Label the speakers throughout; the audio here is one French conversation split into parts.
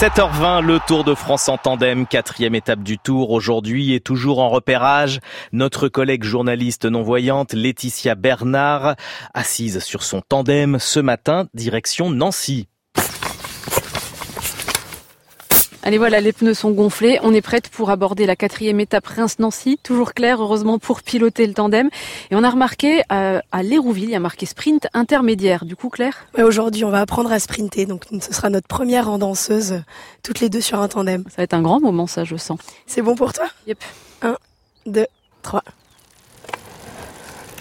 Speaker 1: 7h20, le Tour de France en tandem, quatrième étape du Tour aujourd'hui et toujours en repérage. Notre collègue journaliste non-voyante Laetitia Bernard, assise sur son tandem ce matin, direction Nancy.
Speaker 2: Allez voilà, les pneus sont gonflés. On est prête pour aborder la quatrième étape Reims-Nancy. Toujours clair, heureusement, pour piloter le tandem. Et on a remarqué euh, à Lérouville, il y a marqué sprint intermédiaire. Du coup, Claire
Speaker 3: Mais Aujourd'hui, on va apprendre à sprinter. Donc, ce sera notre première rendanseuse, toutes les deux sur un tandem.
Speaker 2: Ça va être un grand moment, ça, je sens.
Speaker 3: C'est bon pour toi
Speaker 2: Yep.
Speaker 3: 1, 2, 3.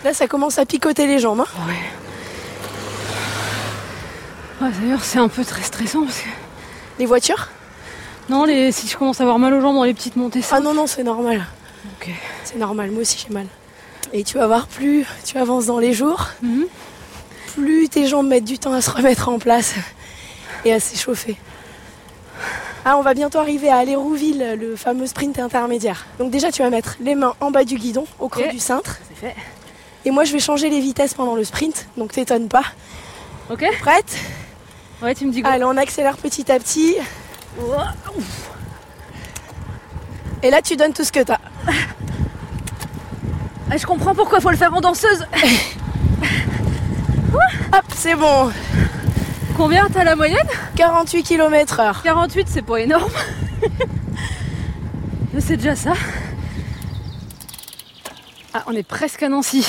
Speaker 3: Là, ça commence à picoter les jambes. hein.
Speaker 2: Ouais, Ah, D'ailleurs, c'est un peu très stressant parce que...
Speaker 3: les voitures
Speaker 2: Non, les... si je commence à avoir mal aux jambes dans les petites montées, ça...
Speaker 3: Ah non, non, c'est normal.
Speaker 2: Ok.
Speaker 3: C'est normal. Moi aussi, j'ai mal. Et tu vas voir, plus tu avances dans les jours,
Speaker 2: Mhm.
Speaker 3: plus tes jambes mettent du temps à se remettre en place et à s'échauffer. Ah, on va bientôt arriver à Lérouville, le fameux sprint intermédiaire. Donc déjà, tu vas mettre les mains en bas du guidon, au creux
Speaker 2: Ok.
Speaker 3: du cintre.
Speaker 2: C'est fait.
Speaker 3: Et moi, je vais changer les vitesses pendant le sprint, donc t'étonne pas.
Speaker 2: Ok
Speaker 3: Prête
Speaker 2: Ouais, tu me dis go.
Speaker 3: Allez, on accélère petit à petit. Et là, tu donnes tout ce que t'as.
Speaker 2: Ah, je comprends pourquoi faut le faire en danseuse.
Speaker 3: Hop, c'est bon.
Speaker 2: Combien t'as la moyenne
Speaker 3: 48 km heure.
Speaker 2: 48, c'est pas énorme. Mais c'est déjà ça. Ah, on est presque à Nancy.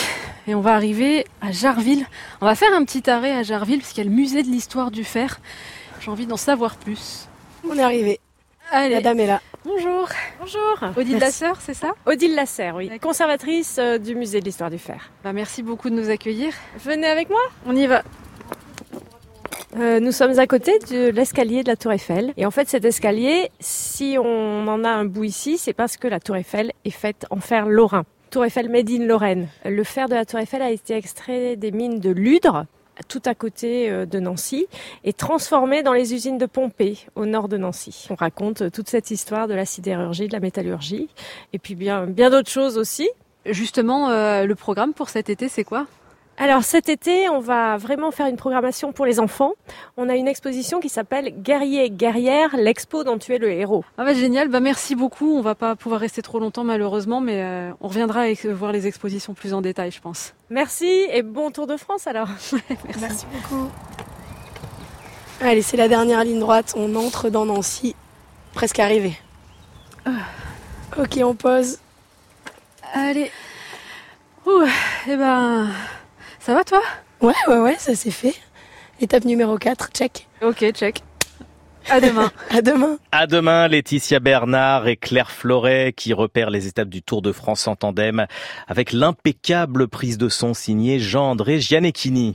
Speaker 2: Et on va arriver à Jarville. On va faire un petit arrêt à Jarville parce qu'il y a le musée de l'histoire du fer. J'ai envie d'en savoir plus.
Speaker 3: On est arrivé.
Speaker 2: Allez,
Speaker 3: La dame est là.
Speaker 2: bonjour.
Speaker 4: Bonjour.
Speaker 2: Odile
Speaker 3: Merci.
Speaker 2: Lasseur, c'est ça
Speaker 4: Odile Lasserre, oui,
Speaker 2: D'accord.
Speaker 4: conservatrice euh, du musée de l'histoire du fer.
Speaker 2: bah, Merci beaucoup de nous accueillir.
Speaker 4: Venez avec moi, on y va. Euh, nous sommes à côté de l'escalier de la Tour Eiffel. Et en fait, cet escalier, si on en a un bout ici, c'est parce que la Tour Eiffel est faite en fer lorrain. Tour Eiffel made in Lorraine. Le fer de la Tour Eiffel a été extrait des mines de Ludre, tout à côté euh, de Nancy, et transformé dans les usines de Pompée, au nord de Nancy. On raconte euh, toute cette histoire de la sidérurgie, de la métallurgie, et puis bien, bien d'autres choses aussi.
Speaker 2: Justement, euh, le programme pour cet été, c'est quoi
Speaker 4: Alors cet été, on va vraiment faire une programmation pour les enfants. On a une exposition qui s'appelle Guerrier, guerrière, l'expo dont tu es le héros.
Speaker 2: Ah bah génial, bah merci beaucoup. On va pas pouvoir rester trop longtemps malheureusement, mais euh, on reviendra ex- voir les expositions plus en détail, je pense.
Speaker 4: Merci et bon tour de France alors.
Speaker 3: Merci beaucoup. Allez, c'est la dernière ligne droite. On entre dans Nancy. Presque arrivé. Ah. Ok, on pose.
Speaker 2: Allez. Ouh, eh ben, ça va toi
Speaker 3: Ouais, ouais, ouais, ça c'est fait. Étape numéro 4, check.
Speaker 2: Ok, check. À demain.
Speaker 3: À demain.
Speaker 1: À demain, Laetitia Bernard et Claire Floret qui repèrent les étapes du Tour de France en tandem avec l'impeccable prise de son signée Jean-André Gianecchini.